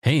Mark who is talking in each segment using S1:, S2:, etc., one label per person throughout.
S1: Hey,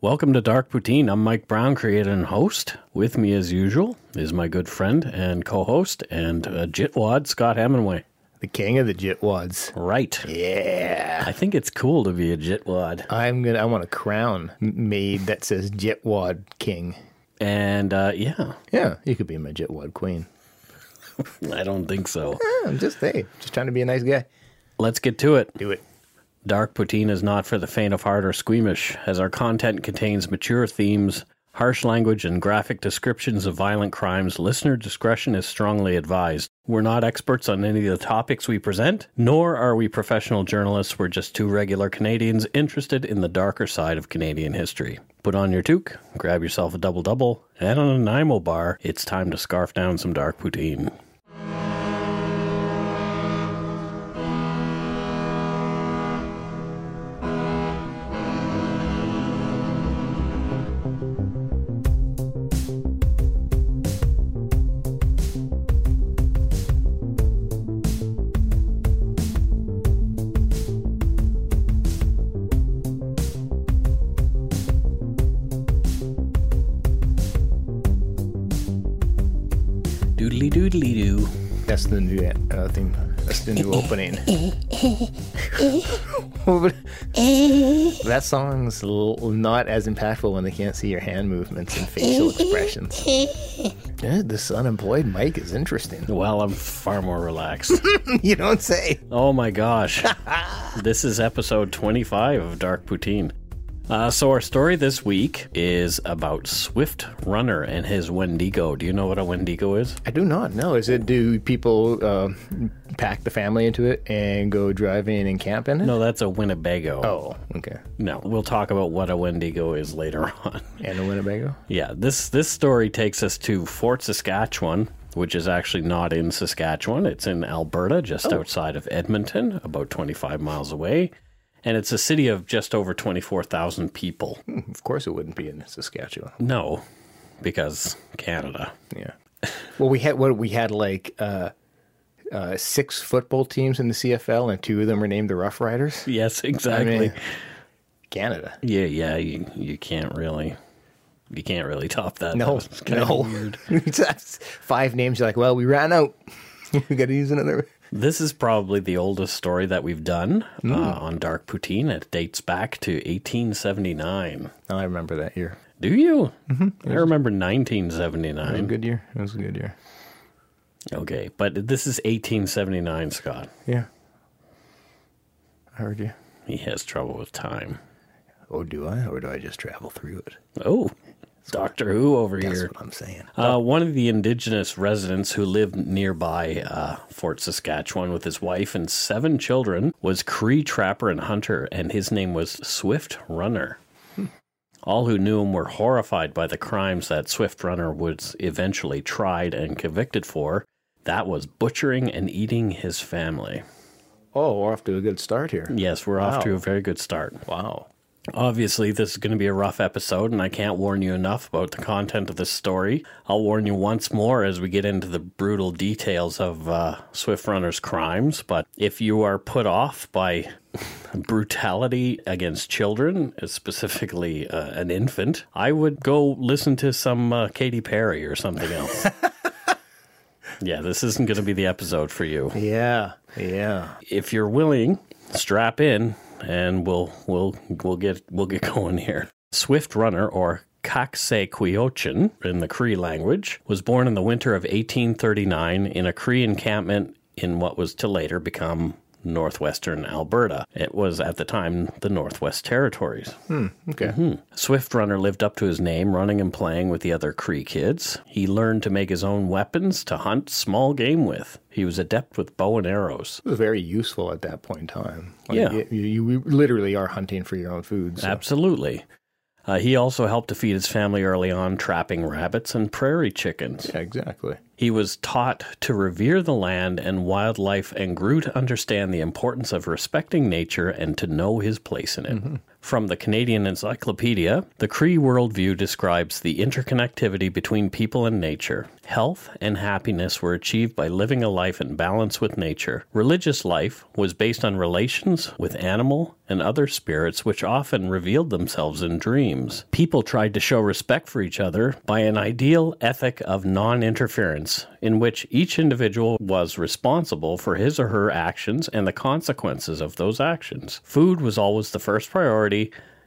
S2: Welcome to Dark Poutine. I'm Mike Brown, creator and host. With me, as usual, is my good friend and co host and uh, Jitwad, Scott Hemingway.
S3: The king of the jitwads.
S2: Right.
S3: Yeah.
S2: I think it's cool to be a Jitwad.
S3: I'm gonna. I want a crown m- made that says Jitwad King.
S2: And uh, yeah,
S3: Yeah, you could be my Jitwad Queen.
S2: I don't think so.
S3: Yeah, I'm just hey, just trying to be a nice guy.
S2: Let's get to it.
S3: Do it.
S2: Dark Poutine is not for the faint of heart or squeamish, as our content contains mature themes, harsh language, and graphic descriptions of violent crimes. Listener discretion is strongly advised. We're not experts on any of the topics we present, nor are we professional journalists. We're just two regular Canadians interested in the darker side of Canadian history. Put on your toque, grab yourself a double double, and on a Nanaimo bar, it's time to scarf down some dark poutine. Doodly doodly doo.
S3: That's the new uh, theme. That's the new opening. that song's l- not as impactful when they can't see your hand movements and facial expressions. Yeah, this unemployed Mike is interesting.
S2: Well, I'm far more relaxed.
S3: you don't say.
S2: Oh my gosh. this is episode 25 of Dark Poutine. Uh, so, our story this week is about Swift Runner and his Wendigo. Do you know what a Wendigo is?
S3: I do not know. Is it do people uh, pack the family into it and go driving and camp in it?
S2: No, that's a Winnebago.
S3: Oh, okay.
S2: No, we'll talk about what a Wendigo is later on.
S3: And a Winnebago.
S2: yeah, this, this story takes us to Fort Saskatchewan, which is actually not in Saskatchewan. It's in Alberta, just outside of Edmonton, about 25 miles away. And it's a city of just over 24,000 people.
S3: Of course, it wouldn't be in Saskatchewan.
S2: No, because Canada.
S3: Yeah. Well, we had what we had like uh, uh, six football teams in the CFL, and two of them were named the Rough Riders.
S2: Yes,
S3: I
S2: exactly.
S3: mean, Canada.
S2: yeah, yeah. You, you can't really, you can't really top that.
S3: No,
S2: That was kinda
S3: no.
S2: weird.
S3: That's five names. You're like, well, we ran out. we got to use another.
S2: This is probably the oldest story that we've done
S3: Hmm.
S2: uh, on Dark Poutine. It dates back to 1879.
S3: Oh, I remember that year.
S2: Do you? Mm-hmm. I remember
S3: It was a
S2: 1979.
S3: good year. It was a good year.
S2: Okay, but this is 1879, Scott.
S3: Yeah. I heard you.
S2: He has trouble with time.
S3: Oh, do I, or do I just travel through it?
S2: Oh, Doctor Who over
S3: That's
S2: here.
S3: what I'm saying.
S2: Uh, one of the indigenous residents who lived nearby uh, Fort Saskatchewan with his wife and seven children was Cree trapper and hunter, and his name was Swift Runner. All who knew him were horrified by the crimes that Swift Runner was eventually tried and convicted for. That was butchering and eating his family.
S3: Oh, we're off to a good start here.
S2: Yes, we're off
S3: Wow.
S2: to a very good start.
S3: Wow.
S2: Obviously, this is going to be a rough episode, and I can't warn you enough about the content of this story. I'll warn you once more as we get into the brutal details of uh, Swift Runner's crimes. But if you are put off by brutality against children, uh, specifically uh, an infant, I would go listen to some uh, Katy Perry or something else. yeah, this isn't going to be the episode for you
S3: Yeah. Yeah.
S2: if you're willing, strap in and we'll we'll we'll get we'll get going here. Swift Runner or Kaksequeochin in the Cree language was born in the winter of 1839 in a Cree encampment in what was to later become northwestern Alberta. It was at the time the Northwest Territories.
S3: Okay.
S2: Swift Runner lived up to his name, running and playing with the other Cree kids. He learned to make his own weapons to hunt small game with. He was adept with bow and arrows.
S3: It was very useful at that point in time.
S2: Yeah.
S3: y- You, you literally are hunting for your own food. so-
S2: Absolutely. Uh, he also helped to feed his family early on, trapping rabbits and prairie chickens.
S3: Yeah, exactly.
S2: He was taught to revere the land and wildlife and grew to understand the importance of respecting nature and to know his place in it. From the Canadian Encyclopedia, the Cree worldview describes the interconnectivity between people and nature. Health and happiness were achieved by living a life in balance with nature. Religious life was based on relations with animal and other spirits, which often revealed themselves in dreams. People tried to show respect for each other by an ideal ethic of non interference, in which each individual was responsible for his or her actions and the consequences of those actions. Food was always the first priority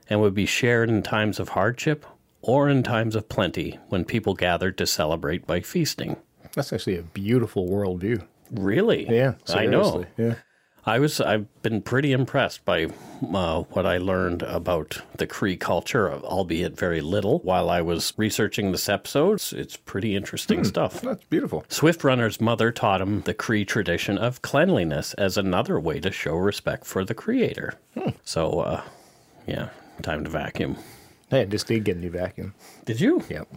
S2: and would be shared in times of hardship or in times of plenty when people gathered to celebrate by feasting.
S3: That's actually a beautiful worldview.
S2: Really?
S3: Yeah.
S2: I know.
S3: seriously. Yeah.
S2: I was I've been pretty impressed by uh, what I learned about the Cree culture, albeit very little. While I was researching this episode, It's- it's pretty interesting stuff.
S3: That's beautiful.
S2: Swift Runner's mother taught him the Cree tradition of cleanliness as another way to show respect for the Creator. So, uh, yeah, time to vacuum.
S3: Hey, I just did get a new vacuum.
S2: Did you?
S3: Yep.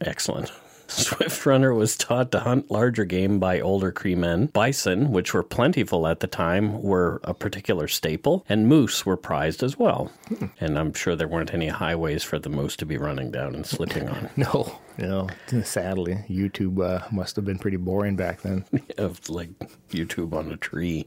S2: Excellent. Swift Runner was taught to hunt larger game by older Cree men. Bison, which were plentiful at the time, were a particular staple, and moose were prized as well. And I'm sure there weren't any highways for the moose to be running down and slipping on.
S3: No. No. Sadly, YouTube uh, must have been pretty boring back then.
S2: of like YouTube on a tree.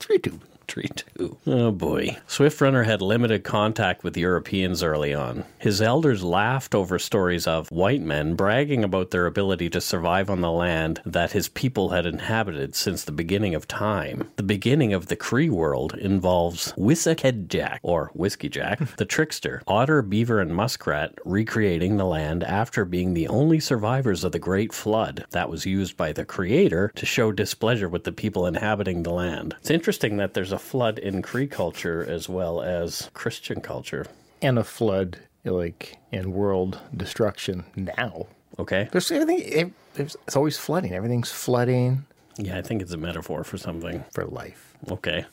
S3: Three tube.
S2: Tree too. Oh boy. Swift Runner had limited contact with Europeans early on. His elders laughed over stories of white men bragging about their ability to survive on the land that his people had inhabited since the beginning of time. The beginning of the Cree world involves Wissahed Jack, or Whiskey Jack, the trickster, otter, beaver, and muskrat recreating the land after being the only survivors of the Great Flood that was used by the creator to show displeasure with the people inhabiting the land. It's interesting that there's a flood in Cree culture as well as Christian culture.
S3: And a flood, like, and world destruction now.
S2: Okay?
S3: There's everything, it, there's, it's always flooding. Everything's flooding
S2: Yeah, I think it's a metaphor for something.
S3: for life.
S2: Okay.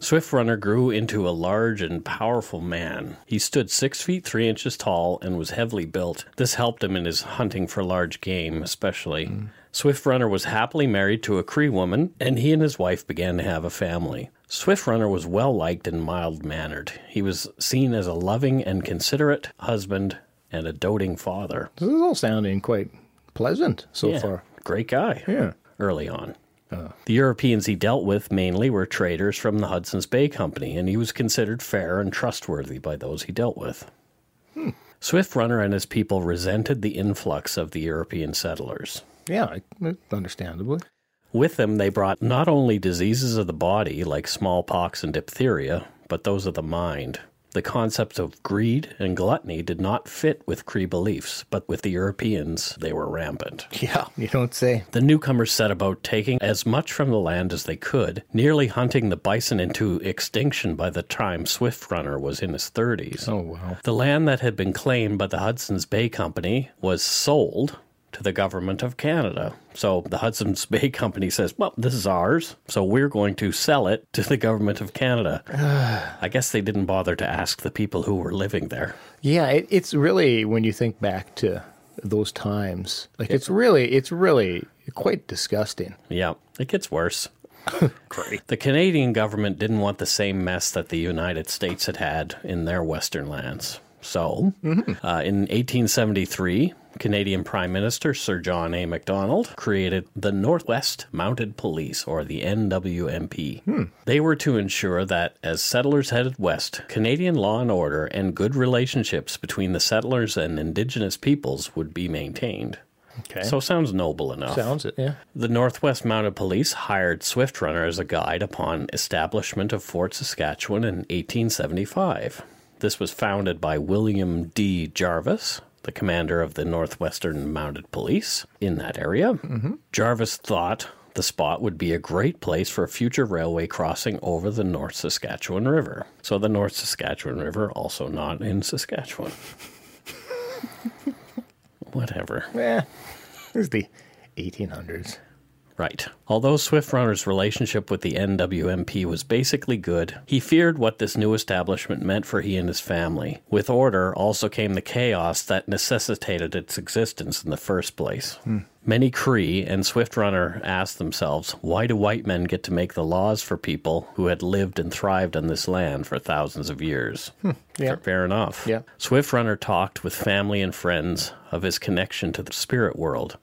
S2: Swift Runner grew into a large and powerful man. He stood six feet three inches tall and was heavily built. This helped him in his hunting for large game, especially.
S3: Mm.
S2: Swift Runner was happily married to a Cree woman, and he and his wife began to have a family. Swift Runner was well liked and mild mannered. He was seen as a loving and considerate husband and a doting father.
S3: This is all sounding quite pleasant so
S2: Yeah,
S3: far.
S2: Great guy
S3: Yeah.
S2: early on. The Europeans he dealt with mainly were traders from the Hudson's Bay Company, and he was considered fair and trustworthy by those he dealt with. Swift Runner and his people resented the influx of the European settlers.
S3: Yeah, I- understandably.
S2: With them, they brought not only diseases of the body like smallpox and diphtheria, but those of the mind. The concepts of greed and gluttony did not fit with Cree beliefs, but with the Europeans, they were rampant.
S3: Yeah. You don't say.
S2: The newcomers set about taking as much from the land as they could, nearly hunting the bison into extinction by the time Swift Runner was in his 30s.
S3: Oh, wow.
S2: The land that had been claimed by the Hudson's Bay Company was sold to the government of Canada. So the Hudson's Bay Company says, well, this is ours, so we're going to sell it to the government of Canada. I guess they didn't bother to ask the people who were living there.
S3: Yeah, it, it's really when you think back to those times, like it's really, it's really quite disgusting.
S2: Yeah, it gets worse. The Canadian government didn't want the same mess that the United States had had in their Western lands. So, uh, in 1873, Canadian Prime Minister Sir John A. Macdonald created the Northwest Mounted Police, or the NWMP. They were to ensure that as settlers headed west, Canadian law and order and good relationships between the settlers and Indigenous peoples would be maintained.
S3: Okay,
S2: So, sounds noble enough.
S3: sounds it, yeah.
S2: The Northwest Mounted Police hired Swift Runner as a guide upon establishment of Fort Saskatchewan in 1875. This was founded by William D. Jarvis, the commander of the Northwestern Mounted Police in that area. Jarvis thought The spot would be a great place for a future railway crossing over the North Saskatchewan River. So the North Saskatchewan River, also not in Saskatchewan. Whatever.
S3: Eh, it was the 1800s.
S2: Right. Although Swift Runner's relationship with the NWMP was basically good, he feared what this new establishment meant for he and his family. With order also came the chaos that necessitated its existence in the first place.
S3: Hmm.
S2: Many Cree and Swift Runner asked themselves, why do white men get to make the laws for people who had lived and thrived on this land for thousands of years?
S3: Hmm. yeah.
S2: Fair enough.
S3: Yeah.
S2: Swift Runner talked with family and friends of his connection to the spirit world.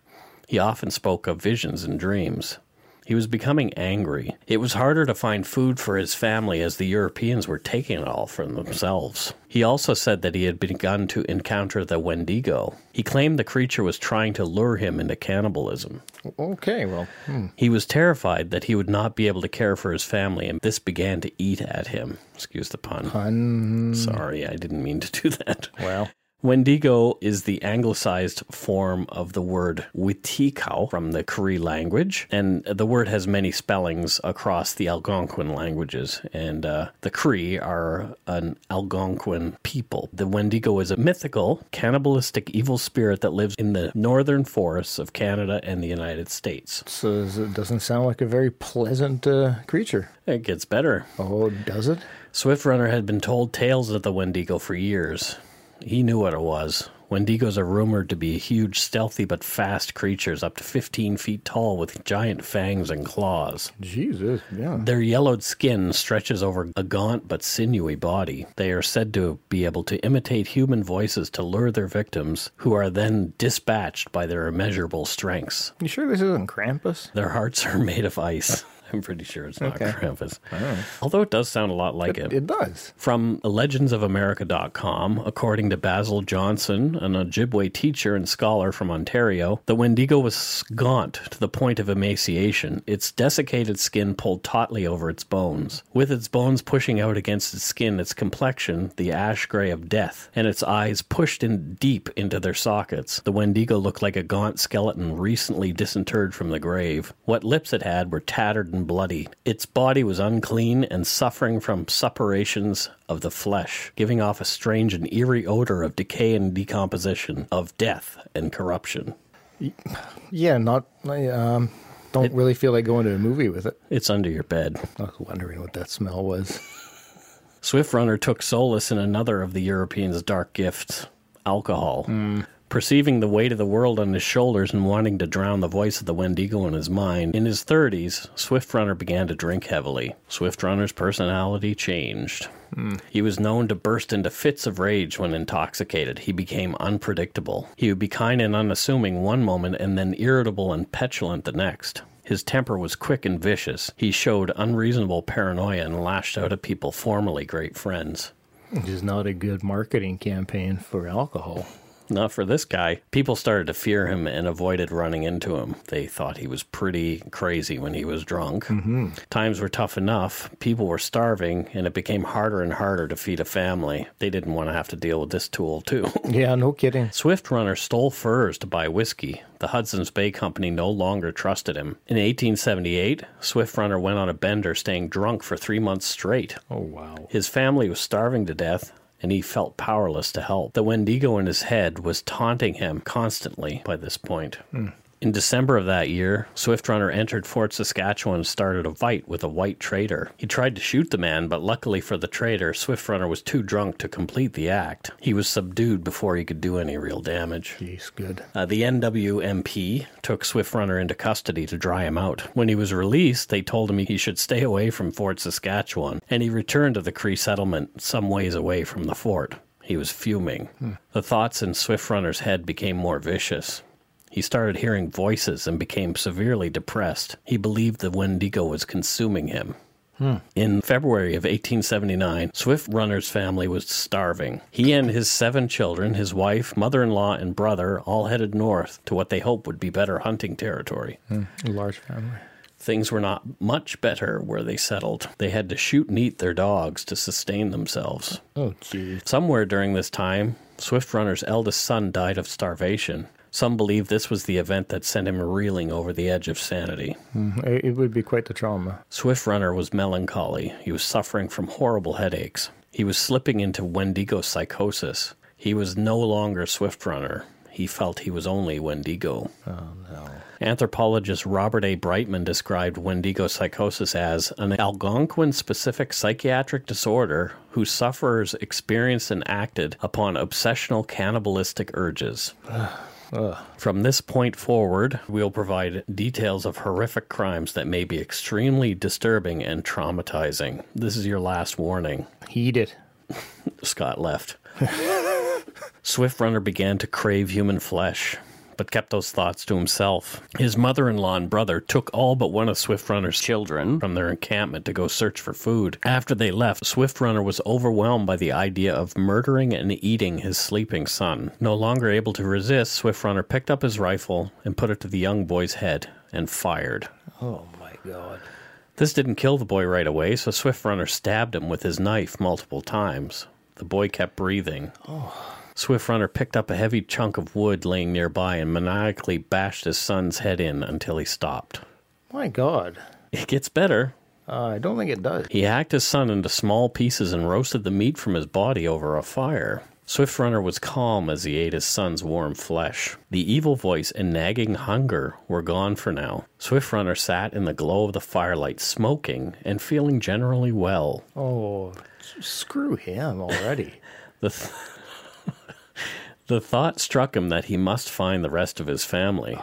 S2: He often spoke of visions and dreams. He was becoming angry. It was harder to find food for his family as the Europeans were taking it all from themselves. He also said that he had begun to encounter the Wendigo. He claimed the creature was trying to lure him into cannibalism.
S3: Okay, well, hmm.
S2: He was terrified that he would not be able to care for his family, and this began to eat at him. Excuse the pun.
S3: un-
S2: Sorry, I didn't mean to do that.
S3: well,
S2: Wendigo is the anglicized form of the word Witikau from the Cree language, and the word has many spellings across the Algonquin languages. And uh, the Cree are an Algonquin people. The Wendigo is a mythical, cannibalistic evil spirit that lives in the northern forests of Canada and the United States.
S3: so it doesn't sound like a very pleasant uh, creature.
S2: It gets better.
S3: Oh, does it?
S2: Swift Runner had been told tales of the Wendigo for years. He knew what it was. Wendigos are rumored to be huge, stealthy, but fast creatures up to 15 feet tall with giant fangs and claws.
S3: Jesus, yeah.
S2: Their yellowed skin stretches over a gaunt but sinewy body. They are said to be able to imitate human voices to lure their victims, who are then dispatched by their immeasurable strengths.
S3: You sure this isn't Krampus?
S2: Their hearts are made of ice. I'm pretty sure it's not
S3: Okay.
S2: Krampus. Although it does sound a lot like
S3: It does.
S2: from legendsofamerica.com, according to Basil Johnson, an Ojibwe teacher and scholar from Ontario, the Wendigo was gaunt to the point of emaciation, its desiccated skin pulled tautly over its bones. With its bones pushing out against its skin, its complexion, the ash gray of death, and its eyes pushed in deep into their sockets, the Wendigo looked like a gaunt skeleton recently disinterred from the grave. What lips it had were tattered and bloody. Its body was unclean and suffering from suppurations of the flesh, giving off a strange and eerie odor of decay and decomposition, of death and corruption.
S3: Yeah, not. I um, don't really feel like going to a movie with it.
S2: It's under your bed.
S3: I was wondering what that smell was.
S2: Swift Runner took solace in another of the European's dark gifts alcohol. Perceiving the weight of the world on his shoulders and wanting to drown the voice of the Wendigo in his mind, in his 30s, Swift Runner began to drink heavily. Swift Runner's personality changed. He was known to burst into fits of rage when intoxicated. He became unpredictable. He would be kind and unassuming one moment and then irritable and petulant the next. His temper was quick and vicious. He showed unreasonable paranoia and lashed out at people formerly great friends.
S3: Which is not a good marketing campaign for alcohol.
S2: Not for this guy. People started to fear him and avoided running into him. They thought he was pretty crazy when he was drunk. Mm-hmm. Times were tough enough. People were starving, and it became harder and harder to feed a family. They didn't want to have to deal with this tool, too.
S3: Yeah, no kidding.
S2: Swift Runner stole furs to buy whiskey. The Hudson's Bay Company no longer trusted him. In 1878, Swift Runner went on a bender, staying drunk for three months straight.
S3: Oh, wow.
S2: His family was starving to death, and he felt powerless to help. The Wendigo in his head was taunting him constantly by this point. In December of that year, Swift Runner entered Fort Saskatchewan and started a fight with a white trader. He tried to shoot the man, but luckily for the trader, Swift Runner was too drunk to complete the act. He was subdued before he could do any real damage.
S3: Jeez, good.
S2: Uh, the NWMP took Swift Runner into custody to dry him out. When he was released, they told him he should stay away from Fort Saskatchewan, and he returned to the Cree settlement some ways away from the fort. He was fuming. The thoughts in Swift Runner's head became more vicious. He started hearing voices and became severely depressed. He believed the Wendigo was consuming him. In February of 1879, Swift Runner's family was starving. He and his seven children, his wife, mother in law, and brother all headed north to what they hoped would be better hunting territory.
S3: Large family.
S2: Things were not much better where they settled. They had to shoot and eat their dogs to sustain themselves.
S3: Oh, jeez.
S2: Somewhere during this time, Swift Runner's eldest son died of starvation. Some believe this was the event that sent him reeling over the edge of sanity.
S3: Mm, It it would be quite the trauma.
S2: Swift Runner was melancholy. He was suffering from horrible headaches. He was slipping into Wendigo psychosis. He was no longer Swift Runner. He felt he was only Wendigo.
S3: Oh, no.
S2: Anthropologist Robert A. Brightman described Wendigo psychosis as an Algonquin specific psychiatric disorder whose sufferers experienced and acted upon obsessional cannibalistic urges. From this point forward, we'll provide details of horrific crimes that may be extremely disturbing and traumatizing. This is your last warning.
S3: Heat it.
S2: Scott left. Swift Runner began to crave human flesh, but kept those thoughts to himself. His mother in law and brother took all but one of Swift Runner's children from their encampment to go search for food. After they left, Swift Runner was overwhelmed by the idea of murdering and eating his sleeping son. No longer able to resist, Swift Runner picked up his rifle and put it to the young boy's head and fired.
S3: Oh, my God.
S2: This didn't kill the boy right away, so Swift Runner stabbed him with his knife multiple times. The boy kept breathing. Swift Runner picked up a heavy chunk of wood laying nearby and maniacally bashed his son's head in until he stopped.
S3: My God.
S2: It gets better.
S3: Uh, I don't think it does.
S2: He hacked his son into small pieces and roasted the meat from his body over a fire. Swift Runner was calm as he ate his son's warm flesh. The evil voice and nagging hunger were gone for now. Swift Runner sat in the glow of the firelight, smoking and feeling generally well.
S3: Oh, s- screw him already.
S2: The, th- the thought struck him that he must find the rest of his family.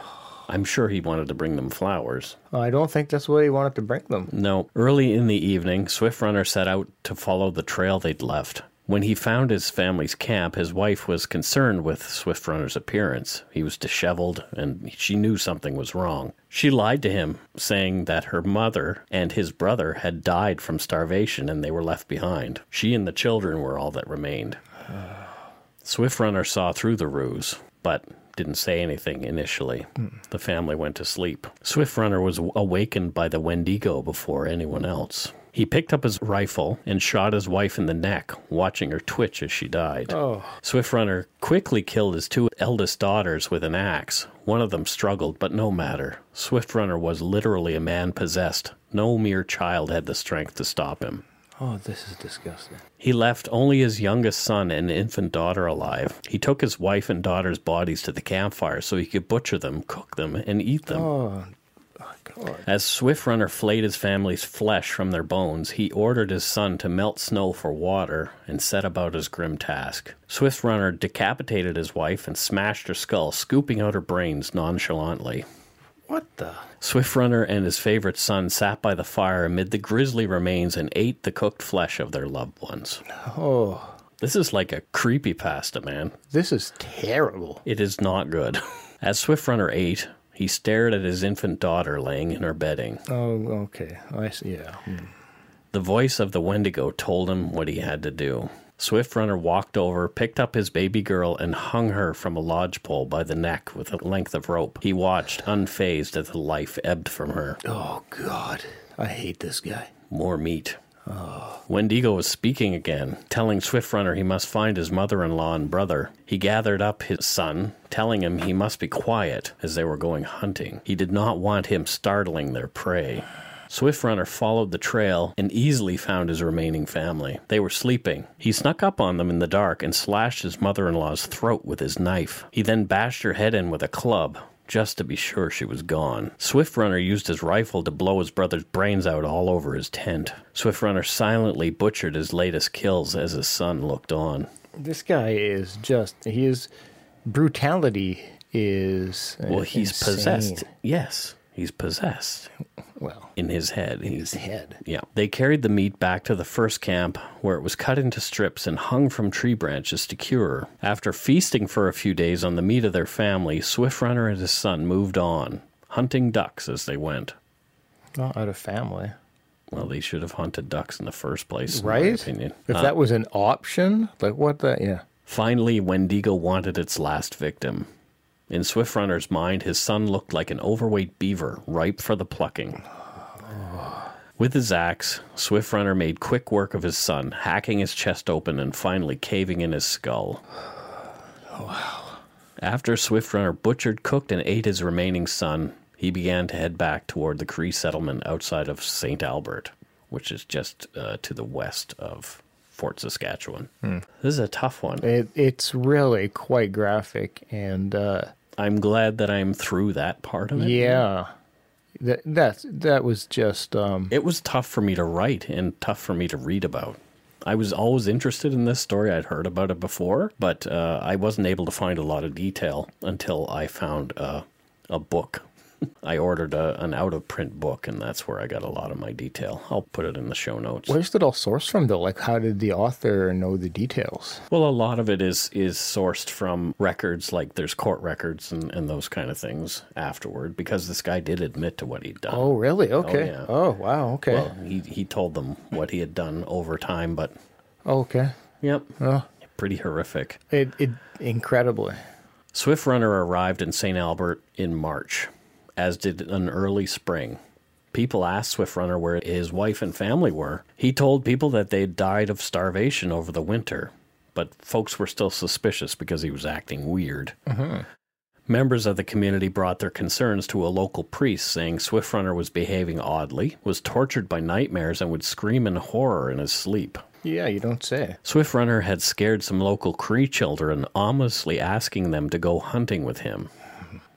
S2: I'm sure he wanted to bring them flowers.
S3: I don't think that's what he wanted to bring them.
S2: No, early in the evening, Swift Runner set out to follow the trail they'd left. When he found his family's camp, his wife was concerned with Swift Runner's appearance. He was disheveled, and she knew something was wrong. She lied to him, saying that her mother and his brother had died from starvation and they were left behind. She and the children were all that remained. Swift Runner saw through the ruse, but didn't say anything initially. The family went to sleep. Swift Runner was awakened by the Wendigo before anyone else. He picked up his rifle and shot his wife in the neck, watching her twitch as she died.
S3: Oh.
S2: Swift Runner quickly killed his two eldest daughters with an axe. One of them struggled, but no matter. Swift Runner was literally a man possessed. No mere child had the strength to stop him.
S3: Oh, this is disgusting.
S2: He left only his youngest son and infant daughter alive. He took his wife and daughter's bodies to the campfire so he could butcher them, cook them, and eat
S3: Oh.
S2: them.
S3: My God.
S2: As Swift Runner flayed his family's flesh from their bones, he ordered his son to melt snow for water and set about his grim task. Swift Runner decapitated his wife and smashed her skull, scooping out her brains nonchalantly.
S3: What the?
S2: Swift Runner and his favorite son sat by the fire amid the grisly remains and ate the cooked flesh of their loved ones.
S3: Oh,
S2: This is like a creepy pasta, man.
S3: this is terrible.
S2: It is not good. As Swift Runner ate, he stared at his infant daughter laying in her bedding.
S3: Oh, okay. I see. Yeah. Hmm.
S2: The voice of the Wendigo told him what he had to do. Swift Runner walked over, picked up his baby girl, and hung her from a lodgepole by the neck with a length of rope. He watched, unfazed, as the life ebbed from her.
S3: Oh, God. I hate this guy.
S2: More meat. Ah. Wendigo was speaking again, telling Swift Runner he must find his mother in law and brother. He gathered up his son, telling him he must be quiet as they were going hunting. He did not want him startling their prey. Swift Runner followed the trail and easily found his remaining family. They were sleeping. He snuck up on them in the dark and slashed his mother in law's throat with his knife. He then bashed her head in with a club. Just to be sure she was gone. Swift Runner used his rifle to blow his brother's brains out all over his tent. Swift Runner silently butchered his latest kills as his son looked on.
S3: This guy is just. He is. Brutality is. uh,
S2: Well, he's
S3: insane.
S2: possessed. Yes, he's possessed
S3: Well,
S2: in his head.
S3: his
S2: He's
S3: head.
S2: Yeah. They carried the meat back to the first camp, where it was cut into strips and hung from tree branches to cure. After feasting for a few days on the meat of their family, Swift Runner and his son moved on, hunting ducks as they went.
S3: Not out of family.
S2: Well, they should have hunted ducks in the first place, in my
S3: Right?
S2: opinion.
S3: If that was an option, like what the? Yeah.
S2: Finally, Wendigo wanted its last victim. In Swift Runner's mind, his son looked like an overweight beaver ripe for the plucking. With his axe, Swift Runner made quick work of his son, hacking his chest open and finally caving in his skull. After Swift Runner butchered, cooked, and ate his remaining son, he began to head back toward the Cree settlement outside of St. Albert, which is just uh, to the west of Fort Saskatchewan. This is a tough one.
S3: It, it's really quite graphic, and uh,
S2: I'm glad that I'm through that part of it.
S3: yeah, that that's, that was just um,
S2: It was tough for me to write and tough for me to read about. I was always interested in this story. I'd heard about it before, but uh, I wasn't able to find a lot of detail until I found uh, a book. I ordered a, an out of print book, and that's where I got a lot of my detail. I'll put it in the show notes.
S3: where's it all sourced from though? Like, how did the author know the details?
S2: Well, a lot of it is is sourced from records, like there's court records and, and those kind of things afterward, because this guy did admit to what he'd done.
S3: Oh, really? Okay. Oh,
S2: yeah.
S3: wow. Okay.
S2: Well, he he told them what he had done over time, but
S3: Oh, okay.
S2: yep, pretty horrific.
S3: It it incredibly.
S2: Swift Runner arrived in St. Albert in March, as did an early spring. People asked Swift Runner where his wife and family were. He told people that they had died of starvation over the winter, but folks were still suspicious because he was acting weird. Members of the community brought their concerns to a local priest, saying Swift Runner was behaving oddly, was tortured by nightmares, and would scream in horror in his sleep.
S3: Yeah, you don't say.
S2: Swift Runner had scared some local Cree children, ominously asking them to go hunting with him.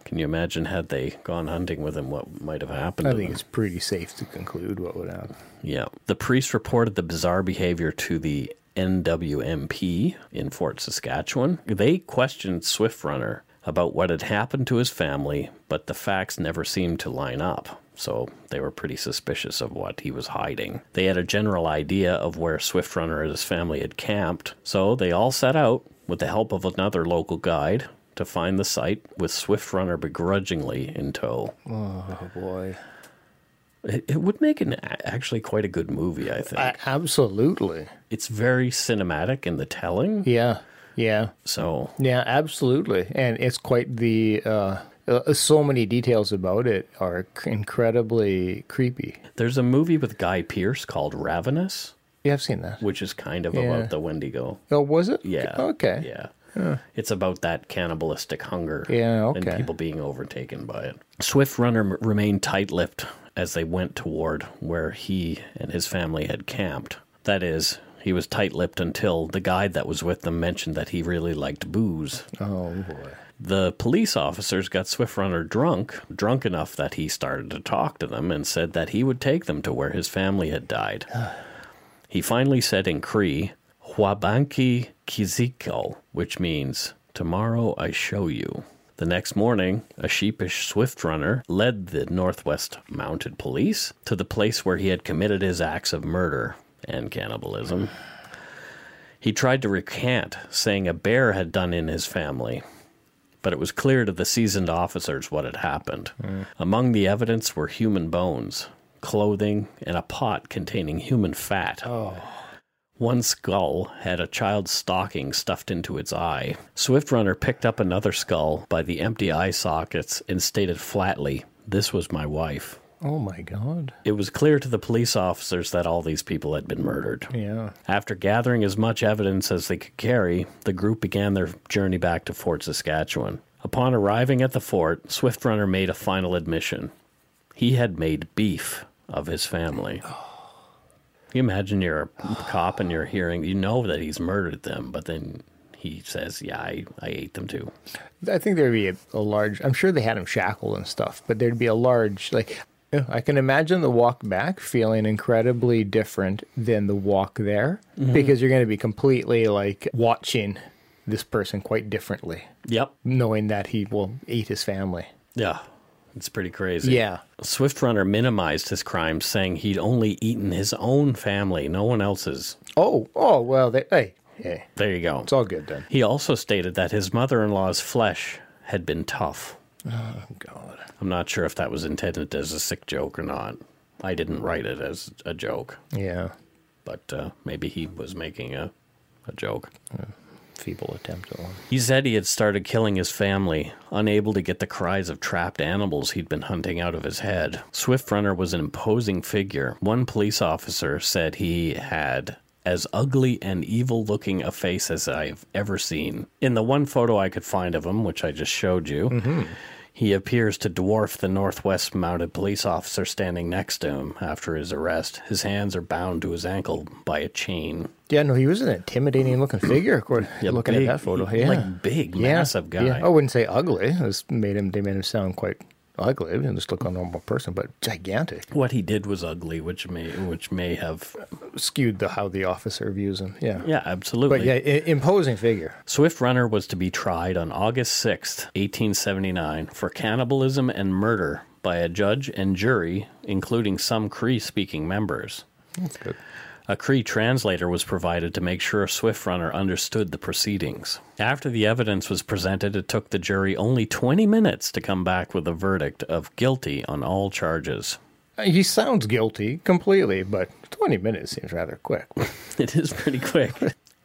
S2: Can you imagine had they gone hunting with him, what might have happened?
S3: I
S2: to
S3: think
S2: them?
S3: it's pretty safe to conclude what would happen.
S2: Yeah. The priest reported the bizarre behavior to the NWMP in Fort Saskatchewan. They questioned Swift Runner about what had happened to his family, but the facts never seemed to line up. So they were pretty suspicious of what he was hiding. They had a general idea of where Swift Runner and his family had camped, so they all set out with the help of another local guide to find the site with Swift Runner begrudgingly in tow.
S3: Oh boy.
S2: It, it would make an a- actually quite a good movie, I think.
S3: A- absolutely.
S2: it's very cinematic in the telling.
S3: Yeah. Yeah.
S2: So
S3: Yeah, absolutely. And it's quite the uh, uh, so many details about it are c- incredibly creepy.
S2: there's a movie with Guy Pearce called Ravenous,
S3: Yeah, I've seen that.
S2: which is kind of
S3: Yeah.
S2: about the Wendigo.
S3: Oh, was it?
S2: Yeah.
S3: Okay.
S2: Yeah. It's about that cannibalistic hunger.
S3: Yeah,
S2: And
S3: okay.
S2: people being overtaken by it. Swift Runner m- remained tight lipped as they went toward where he and his family had camped. That is, he was tight lipped until the guide that was with them mentioned that he really liked booze.
S3: Oh boy.
S2: The police officers got Swift Runner drunk, drunk enough that he started to talk to them and said that he would take them to where his family had died. he finally said in Cree, Huabanki Kiziko, which means, Tomorrow I show you. The next morning, a sheepish Swift Runner led the Northwest Mounted Police to the place where he had committed his acts of murder and cannibalism. He tried to recant, saying a bear had done in his family, but it was clear to the seasoned officers what had happened. Among the evidence were human bones, clothing, and a pot containing human fat. One skull had a child's stocking stuffed into its eye. Swift Runner picked up another skull by the empty eye sockets and stated flatly, This was my wife.
S3: Oh my god.
S2: It was clear to the police officers that all these people had been murdered.
S3: Yeah.
S2: After gathering as much evidence as they could carry, the group began their journey back to Fort Saskatchewan. Upon arriving at the fort, Swift Runner made a final admission. He had made beef of his family. Can you imagine you're a cop and you're hearing, you know that he's murdered them, but then he says, Yeah, I, I ate them too.
S3: I think there'd be a, a large. I'm sure they had him shackled and stuff, but there'd be a large like. yeah, I can imagine the walk back feeling incredibly different than the walk there because you're going to be completely like watching this person quite differently,
S2: Yep.
S3: knowing that he will eat his family.
S2: Yeah. It's pretty crazy.
S3: Yeah.
S2: Swift Runner minimized his crimes, saying he'd only eaten his own family, no one else's.
S3: Oh, oh, well, they, hey, hey,
S2: There you go.
S3: it's all good then.
S2: He also stated that his mother in law's flesh had been tough.
S3: Oh, God.
S2: I'm not sure if that was intended as a sick joke or not. I didn't write it as a joke,
S3: Yeah.
S2: but uh, maybe he was making a, a joke.
S3: Feeble attempt at one.
S2: He said he had started killing his family, unable to get the cries of trapped animals he'd been hunting out of his head. Swift Runner was an imposing figure. One police officer said he had as ugly and evil looking a face as I've ever seen. In the one photo I could find of him, which I just showed you, he appears to dwarf the Northwest mounted police officer standing next to him after his arrest. His hands are bound to his ankle by a chain.
S3: Yeah, no, he was an intimidating looking figure. according- looking
S2: big-
S3: at that photo, yeah,
S2: Like big,
S3: yeah.
S2: massive guy.
S3: Yeah. I wouldn't say ugly. It's made him. They made him sound quite ugly. They didn't just look like a normal person, but gigantic.
S2: What he did was ugly, which may which may have
S3: Skewed the how the officer views him. Yeah.
S2: yeah, absolutely.
S3: But yeah, i- imposing figure.
S2: Swift Runner was to be tried on August 6th, 1879, for cannibalism and murder by a judge and jury, including some Cree speaking members.
S3: That's good.
S2: A Cree translator was provided to make sure Swift Runner understood the proceedings. After the evidence was presented, it took the jury only 20 minutes to come back with a verdict of guilty on all charges.
S3: Uh, He sounds guilty completely, but 20 minutes seems rather quick.
S2: It is pretty quick.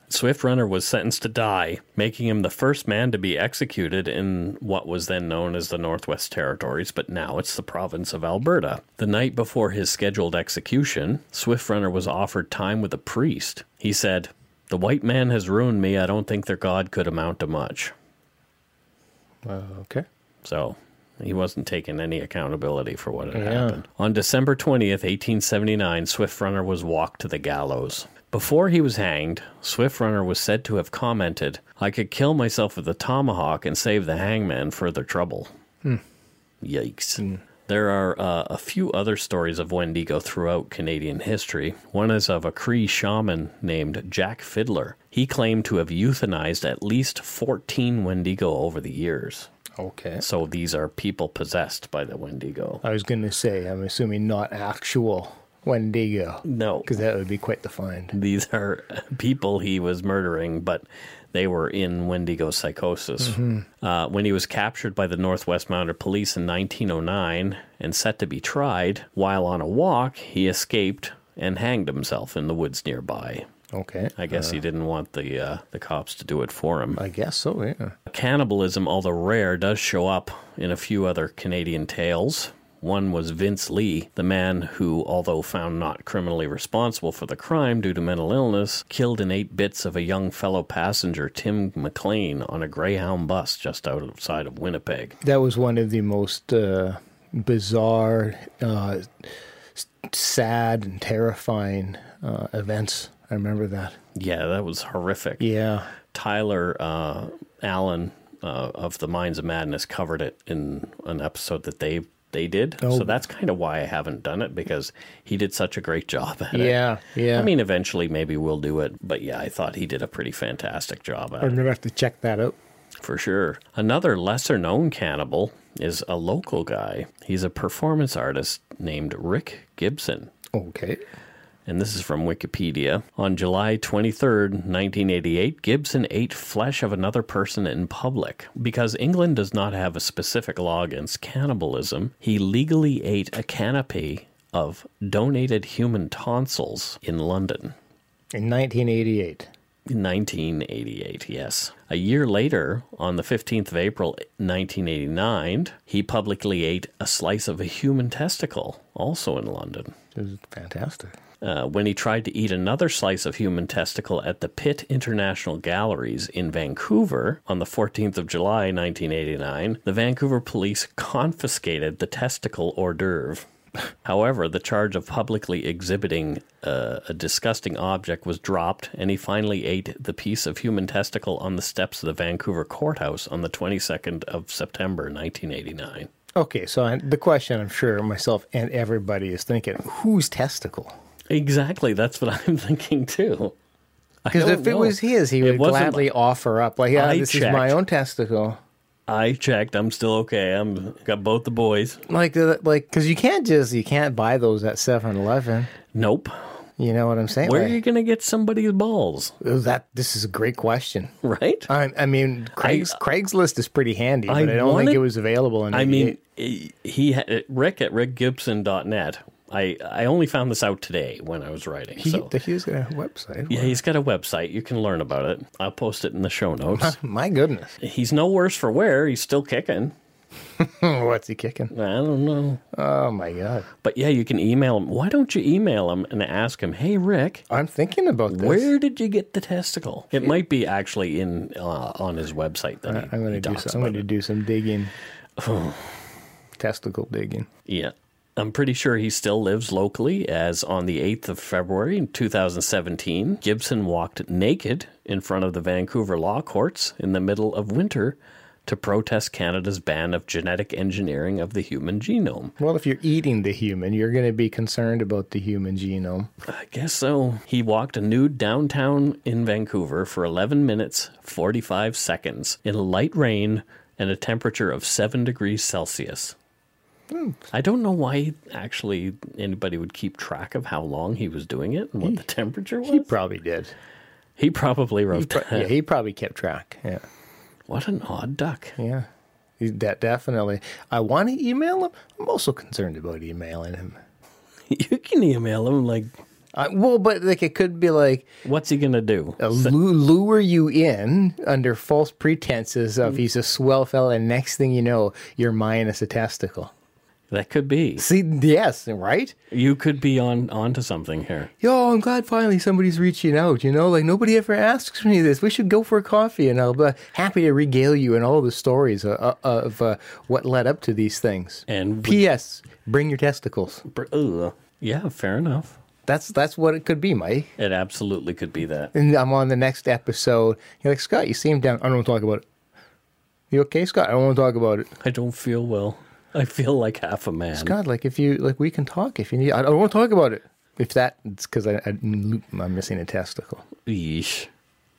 S2: Swift Runner was sentenced to die, making him the first man to be executed in what was then known as the Northwest Territories, but now it's the province of Alberta. The night before his scheduled execution, Swift Runner was offered time with a priest. He said, The white man has ruined me. I don't think their God could amount to much.
S3: Okay.
S2: So he wasn't taking any accountability for what had
S3: Yeah.
S2: happened. On December 20th, 1879, Swift Runner was walked to the gallows. Before he was hanged, Swift Runner was said to have commented, I could kill myself with a tomahawk and save the hangman further trouble. Yikes. There are uh, a few other stories of Wendigo throughout Canadian history. One is of a Cree shaman named Jack Fiddler. He claimed to have euthanized at least 14 Wendigo over the years.
S3: Okay.
S2: So these are people possessed by the Wendigo.
S3: I was going to say, I'm assuming not actual Wendigo,
S2: No,
S3: because that would be quite the find.
S2: these are people he was murdering, but they were in Wendigo psychosis. Uh, when he was captured by the Northwest Mounted Police in 1909 and set to be tried, while on a walk, he escaped and hanged himself in the woods nearby.
S3: Okay.
S2: I guess he didn't want the uh, the cops to do it for him.
S3: I guess so, yeah.
S2: Cannibalism, although rare, does show up in a few other Canadian tales. One was Vince Lee, the man who, although found not criminally responsible for the crime due to mental illness, killed and ate bits of a young fellow passenger, Tim McLean, on a Greyhound bus just outside of Winnipeg.
S3: That was one of the most uh, bizarre, uh, s- sad, and terrifying uh, events. I remember that.
S2: Yeah, that was horrific.
S3: Yeah.
S2: Tyler uh, Allen uh, of the Minds of Madness covered it in an episode that they they did. So
S3: Oh.
S2: that's kind of why I haven't done it because he did such a great job at it.
S3: Yeah. Yeah.
S2: I mean, eventually maybe we'll do it, but yeah, I thought he did a pretty fantastic job at
S3: I'm
S2: it
S3: going to have to check that out.
S2: for sure. Another lesser known cannibal is a local guy. He's a performance artist named Rick Gibson.
S3: Okay.
S2: And this is from Wikipedia. On July 23rd, 1988, Gibson ate flesh of another person in public. Because England does not have a specific law against cannibalism, he legally ate a canopy of donated human tonsils in London.
S3: In 1988.
S2: 1988, yes. A year later, on the 15th of April, 1989, he publicly ate a slice of a human testicle, also in London.
S3: It was fantastic.
S2: Uh, when he tried to eat another slice of human testicle at the Pitt International Galleries in Vancouver on the 14th of July, 1989, the Vancouver police confiscated the testicle hors d'oeuvre. However, the charge of publicly exhibiting uh, a disgusting object was dropped, and he finally ate the piece of human testicle on the steps of the Vancouver courthouse on the 22nd of September, 1989.
S3: Okay, so I, the question I'm sure myself and everybody is thinking, whose testicle?
S2: Exactly, that's what I'm thinking too. I
S3: Because
S2: don't
S3: if it
S2: know.
S3: was his, he would
S2: wasn't-
S3: gladly offer up, like, yeah,
S2: I
S3: this is my
S2: checked.
S3: own testicle.
S2: I checked. I'm still okay. I'm got both the boys.
S3: Like, the- like, because you can't just you can't buy those at 7-Eleven.
S2: Nope.
S3: You know what I'm saying?
S2: Where
S3: Like,
S2: are you gonna get somebody's balls?
S3: that this is a great question.
S2: Right?
S3: I, I mean, Craig's, Craigslist is pretty handy, but I, don't think
S2: wanted-
S3: it was available. In
S2: I
S3: 88.
S2: mean, he he- Rick at rickgibson.net. I I only found this out today when I was writing.
S3: he,
S2: so
S3: the Hughes got a website.
S2: yeah, he's got a website. You can learn
S3: Uh-huh.
S2: about it. I'll post it in the show notes.
S3: My goodness,
S2: he's no worse for wear. He's still kicking.
S3: What's he kicking?
S2: I don't know.
S3: Oh my god!
S2: But yeah, you can email him. Why don't you email him and ask him, hey, Rick,
S3: I'm thinking about this.
S2: where did you get the testicle? It might be actually in uh, on his website that he,
S3: I'm going
S2: he
S3: to do
S2: talks
S3: some. I'm
S2: about
S3: going
S2: it.
S3: to do some digging. Testicle digging.
S2: Yeah. I'm pretty sure he still lives locally, as on the 8th of February in 2017, Gibson walked naked in front of the Vancouver law courts in the middle of winter to protest Canada's ban of genetic engineering of the human genome.
S3: Well, if you're eating the human, you're going to be concerned about the human genome.
S2: I guess so. He walked nude downtown in Vancouver for 11 minutes, 45 seconds in light rain and a temperature of 7 degrees Celsius.
S3: Hmm.
S2: I don't know why actually anybody would keep track of how long he was doing it and what the temperature was.
S3: He
S2: He,
S3: probably did.
S2: probably wrote
S3: Pro-
S2: that.
S3: yeah, he probably kept track. Yeah,
S2: What an odd duck.
S3: yeah. He- That definitely. I want to email him. I'm also concerned about emailing him.
S2: you can email him, like,
S3: I, well, but like it could be like
S2: what's he going to do?
S3: a lu- lure you in under false pretenses
S2: Mm.
S3: of he's a swell fella, and next thing you know, you're minus a testicle.
S2: That could be.
S3: See, yes, right?
S2: You could be on onto something here.
S3: Yo, I'm glad finally somebody's reaching out. You know, like nobody ever asks me this. We should go for a coffee, and I'll be happy to regale you in all the stories uh, uh, of uh, what led up to these things.
S2: And we-
S3: P.S. Bring your testicles.
S2: Br- ugh. Yeah, fair enough.
S3: That's that's what it could be, Mike.
S2: It absolutely could be that.
S3: And I'm on the next episode. You're like Scott. You seem down. I don't want to talk about it. You okay, Scott? I don't want to talk about it.
S2: I don't feel well. I feel like half a man.
S3: God, like if you like, we can talk if you need. I don't want to talk about it. If that, it's because I, I, I'm missing a testicle.
S2: Yeesh.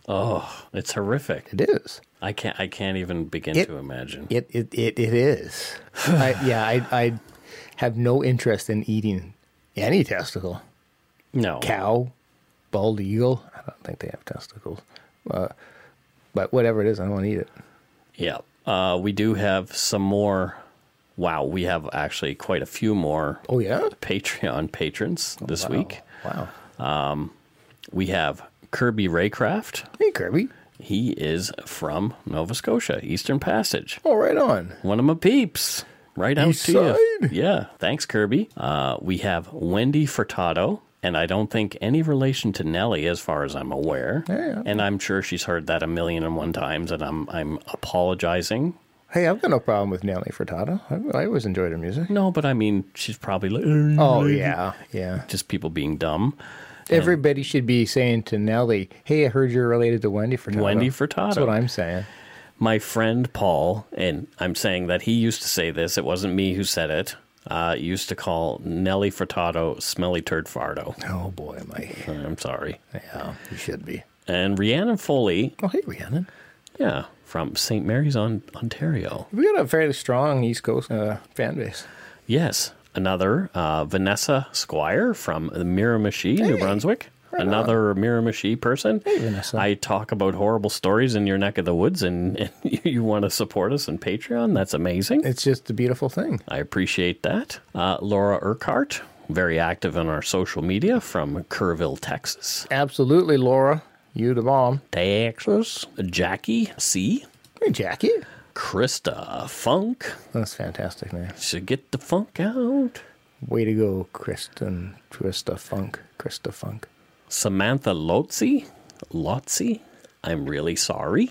S2: Oh, it's horrific.
S3: It is.
S2: I can't. I can't even begin
S3: It-
S2: to imagine.
S3: It it it, it is. I, yeah, I I have no interest in eating any testicle.
S2: no.
S3: Cow, bald eagle. I don't think they have testicles. Uh, but whatever it is, I don't want to eat it.
S2: Yeah. Uh, we do have some more. Wow, we have actually quite a few more
S3: Oh yeah. Oh,
S2: Patreon patrons this week.
S3: Wow.
S2: We have Kirby Raycraft.
S3: Hey Kirby.
S2: He is from Nova Scotia, Eastern Passage.
S3: All right on.
S2: One of my peeps. Right out
S3: East
S2: to you. Yeah. Thanks, Kirby. Uh, we have Wendy Furtado, and I don't think any relation to Nellie as far as I'm aware.
S3: Yeah.
S2: And I'm sure she's heard that a million and one times, and I'm I'm apologizing.
S3: Hey, I've got no problem with Nelly Furtado. I, I always enjoyed her music.
S2: No, but I mean she's probably like "Eh,"
S3: Oh yeah, yeah.
S2: just people being dumb.
S3: Everybody should be saying to Nelly, "Hey, I heard you're related to Wendy Furtado."
S2: Wendy Furtado.
S3: uh, That's what I'm saying.
S2: my friend Paul, and I'm saying that he used to say this, it wasn't me who said it, uh, used to call Nelly Furtado smelly turd fardo.
S3: Oh boy, Mike.
S2: I'm sorry.
S3: Yeah, you should be.
S2: And Rhiannon Foley,
S3: Oh hey, Rhiannon.
S2: yeah, from St. Mary's, on Ontario.
S3: We got a fairly strong East Coast uh, fan base.
S2: Yes, another uh, Vanessa Squire from the Miramichi, New Brunswick. Another Miramichi person.
S3: Vanessa.
S2: I talk about horrible stories in your neck of the woods, and, and you want to support us on Patreon. That's amazing.
S3: It's just a beautiful thing.
S2: I appreciate that. Uh, Laura Urquhart, very active on our social media from Kerrville, Texas.
S3: Absolutely, Laura. You the bomb.
S2: Texas. Jackie C.
S3: Hey, Jackie.
S2: Krista Funk.
S3: That's fantastic, man.
S2: So get the funk out.
S3: Way to go, Kristen, Krista Funk, Krista Funk.
S2: Samantha Lotzi. Lotzi. I'm really sorry.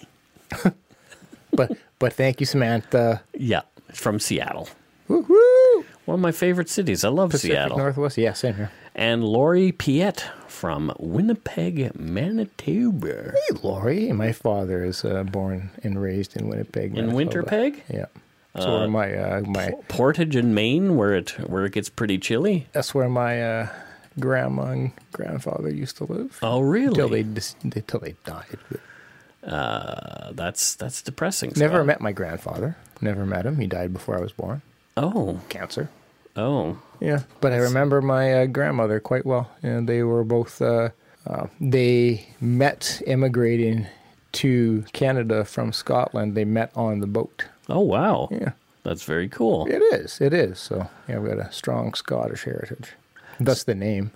S3: But but thank you, Samantha.
S2: Yeah, from Seattle.
S3: Woo-hoo!
S2: One of my favorite cities. I love
S3: Pacific
S2: Seattle.
S3: Northwest. Yeah, same here.
S2: And Lori Piet from Winnipeg, Manitoba.
S3: Hey, Lori. My father is uh, born and raised in Winnipeg,
S2: In
S3: Manitoba.
S2: Winterpeg?
S3: Yeah. That's where my uh, my
S2: Portage in Maine, where it where it gets pretty chilly.
S3: that's where my uh, grandma and grandfather used to live.
S2: Oh, really?
S3: Until they dis- until they died. But
S2: Uh, that's that's depressing.
S3: Never
S2: Scott.
S3: met my grandfather. Never met him. He died before I was born.
S2: Oh,
S3: Cancer.
S2: oh,
S3: Yeah, but I remember my uh, grandmother quite well, and they were both. Uh, uh, they met immigrating to Canada from Scotland. They met on the boat.
S2: oh, wow.
S3: Yeah,
S2: That's very cool.
S3: it is. It is. So yeah, we got a strong Scottish heritage. That's the name.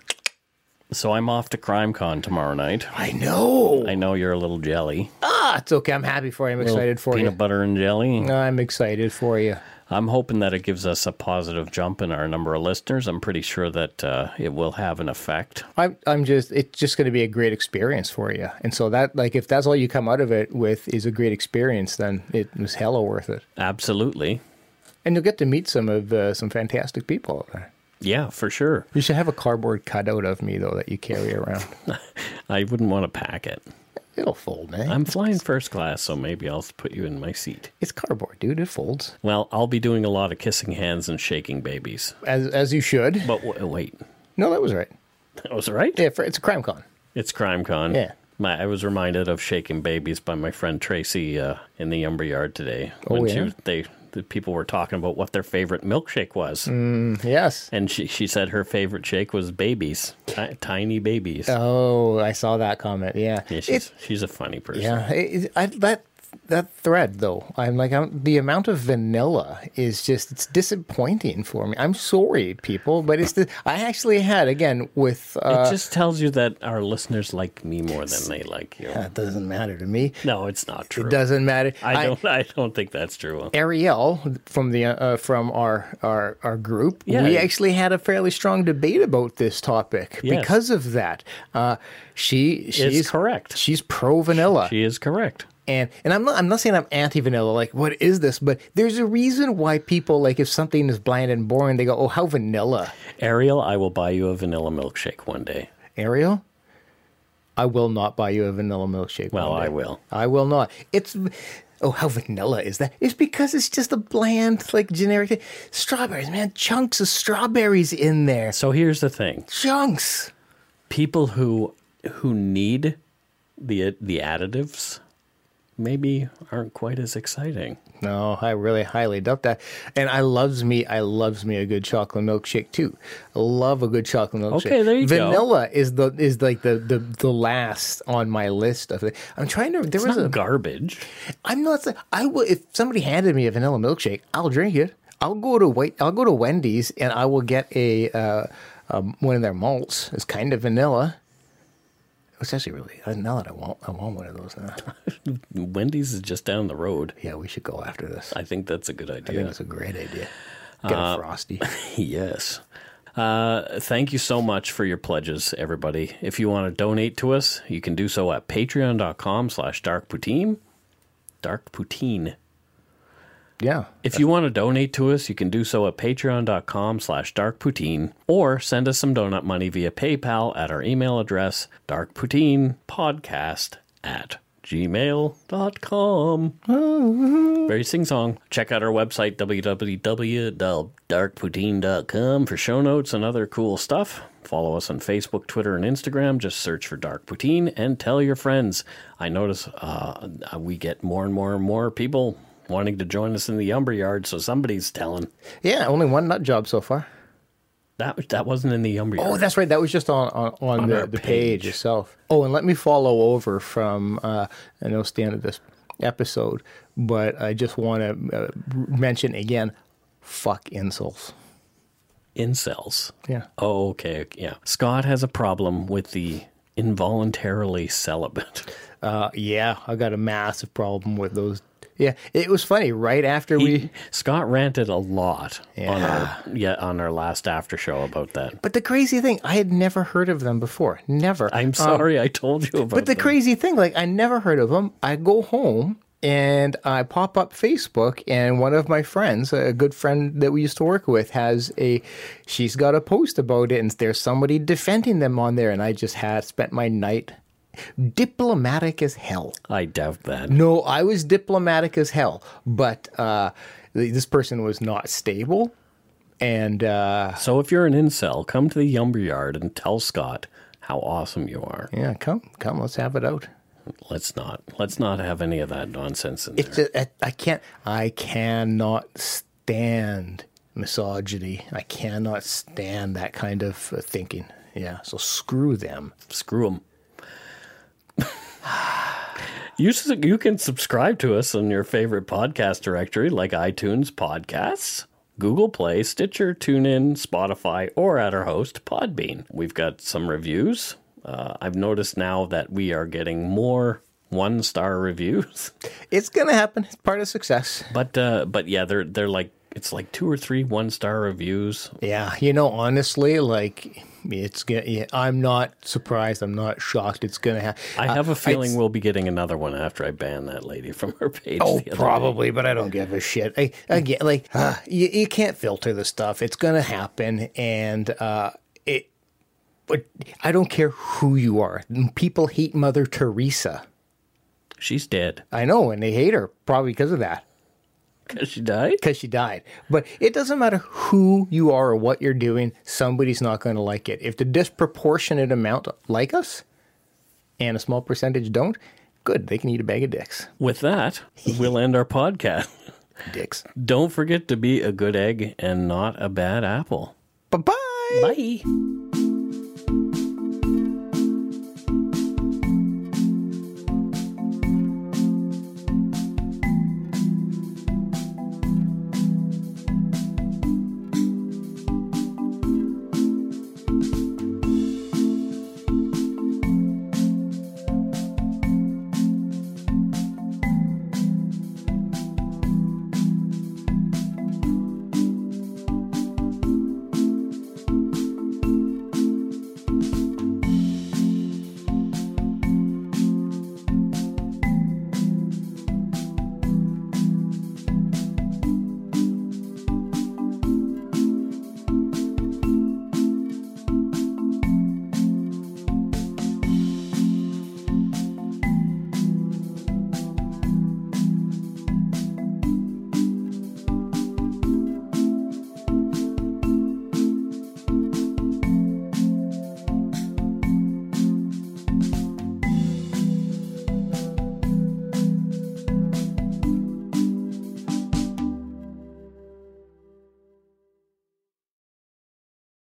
S2: So I'm off to CrimeCon tomorrow night.
S3: I know.
S2: I know you're a little jelly.
S3: ah, it's okay. I'm happy for you. I'm excited for
S2: Peanut
S3: you.
S2: butter and jelly.
S3: No, I'm excited for you.
S2: I'm hoping that it gives us a positive jump in our number of listeners. I'm pretty sure that uh, it will have an effect.
S3: I'm, I'm just, it's just going to be a great experience for you. And so that, like, if that's all you come out of it with is a great experience, then it was hella worth it.
S2: Absolutely.
S3: And you'll get to meet some of uh, some fantastic people out there.
S2: Yeah, for sure.
S3: You should have a cardboard cutout of me though that you carry around.
S2: I wouldn't want to pack it.
S3: It'll fold, man.
S2: I'm flying first class, so maybe I'll put you in my seat.
S3: it's cardboard, dude. It folds.
S2: Well, I'll be doing a lot of kissing hands and shaking babies.
S3: As as you should.
S2: But w- wait,
S3: No, that was right.
S2: that was right.
S3: Yeah, for, it's a crime con.
S2: It's CrimeCon.
S3: Yeah.
S2: My, I was reminded of shaking babies by my friend Tracy uh, in the Umber Yard today
S3: Oh,
S2: when
S3: yeah?
S2: she they the people were talking about what their favorite milkshake was,
S3: Mm, Yes.
S2: and she she said her favorite shake was babies, ti- tiny babies.
S3: Oh, I saw that comment. Yeah.
S2: yeah, she's
S3: It-
S2: she's a funny person.
S3: yeah. It, it- I, that that thread though, I'm like, I'm, the amount of vanilla is just it's disappointing for me. I'm sorry, people, but it's the, I actually had again with uh,
S2: it just tells you that our listeners like me more than they like you.
S3: that doesn't matter to me.
S2: No, it's not true.
S3: It doesn't matter.
S2: I don't. I, don't think that's true.
S3: Ariel from the uh, from our our our group,
S2: Yeah.
S3: we actually had a fairly strong debate about this topic
S2: Yes.
S3: because of that. Uh, she she's
S2: correct.
S3: She's pro vanilla,
S2: She is correct.
S3: and and I'm not I'm not saying I'm anti vanilla. Like, what is this? But there's a reason why people like if something is bland and boring, they go, "Oh, how vanilla."
S2: Ariel, I will buy you a vanilla milkshake one day.
S3: Ariel, I will not buy you a vanilla milkshake.
S2: Well,
S3: one day.
S2: I will.
S3: I will not. It's oh, how vanilla is that? It's because it's just a bland, like generic thing. strawberries, man. Chunks of strawberries in there.
S2: So here's the thing.
S3: Chunks.
S2: people who who need the the additives maybe aren't quite as exciting.
S3: No, I really highly doubt that. And I loves me, I loves me a good chocolate milkshake too. I love a good chocolate milkshake.
S2: Okay, there you go.
S3: vanilla is the is like the, the the last on my list of it. I'm trying to. There
S2: It's
S3: was a
S2: not garbage.
S3: I'm not. sa- I will. If somebody handed me a vanilla milkshake, I'll drink it. I'll go to wait. I'll go to Wendy's and I will get a uh, um, one of their malts. It's kind of vanilla. It's actually really. I- Now that I want, I want one of those. Now.
S2: Wendy's is just down the road.
S3: Yeah, we should go after this. I
S2: I think that's a good
S3: think
S2: idea.
S3: it's a great idea. Get
S2: Uh,
S3: a frosty.
S2: yes. Uh, thank you so much for your pledges, everybody. If you want to donate to us, you can do so at patreon.com slash darkpoutine. Darkpoutine.
S3: Yeah.
S2: If you want to donate to us, you can do so at patreon.com slash darkpoutine or send us some donut money via PayPal at our email address, darkpoutinepodcast at gmail.com. Very sing-song. Check out our website, www.darkpoutine.com for show notes and other cool stuff. Follow us on Facebook, Twitter, and Instagram. Just search for Dark Poutine and tell your friends. I notice uh, we get more and more and more people wanting to join us in the Umber Yard, so somebody's telling.
S3: Yeah. Only one nut job so far.
S2: That that wasn't in the Umber Yard.
S3: Oh, that's right. That was just on on, on, the,
S2: our
S3: the page.
S2: page.
S3: itself. Oh, and let me follow over from uh, I know it's the end of this episode, but I just want to uh, mention again, fuck insoles.
S2: Incels.
S3: Yeah.
S2: Oh, okay. Yeah. Scott has a problem with the involuntarily celibate.
S3: Uh, yeah, I got a massive problem with those. Yeah, it was funny. Right after we,
S2: Scott ranted a lot on our yeah on our last after show about that.
S3: but the crazy thing, I had never heard of them before. Never.
S2: I'm sorry, I told you about.
S3: Um, But the
S2: that.
S3: crazy thing, like I never heard of them. I go home and I pop up Facebook, and one of my friends, a good friend that we used to work with, has a. She's got a post about it, and there's somebody defending them on there, and I just had spent my night diplomatic as hell.
S2: I doubt that.
S3: No, I was diplomatic as hell, but uh, th- this person was not stable, and uh,
S2: So if you're an incel, come to the Yumber Yard and tell Scott how awesome you are.
S3: yeah, come, come, let's have it out.
S2: Let's not let's not have any of that nonsense in there.
S3: It's just, I, I can't. I cannot stand misogyny. I cannot stand that kind of uh, thinking. Yeah. So screw them.
S2: Screw them. You, s- you can subscribe to us on your favorite podcast directory like iTunes Podcasts, Google Play, Stitcher, TuneIn, Spotify, or at our host, Podbean. We've got some reviews. Uh, I've noticed now that we are getting more one star reviews,
S3: It's gonna happen. It's part of success.
S2: but uh, but yeah, they're they're like it's like two or three one star reviews.
S3: Yeah, you know, honestly, like it's gonna. Yeah, I'm not surprised. I'm not shocked. Uh, It's gonna happen.
S2: I have a feeling we'll be getting another one after I ban that lady from her page.
S3: Oh,
S2: the other day.
S3: probably, but I don't give a shit. I, again, like uh, you, you can't filter the stuff. It's gonna happen, and uh, it. But I don't care who you are. People hate Mother Teresa.
S2: She's dead
S3: I know, and they hate her probably because of that,
S2: because she died.
S3: because she died. But it doesn't matter who you are or what you're doing. Somebody's not going to like it. If the disproportionate amount like us, and a small percentage don't, good. They can eat a bag of dicks.
S2: With that, we'll end our podcast.
S3: Dicks.
S2: Don't forget to be a good egg and not a bad apple.
S3: Bye bye.
S2: Bye.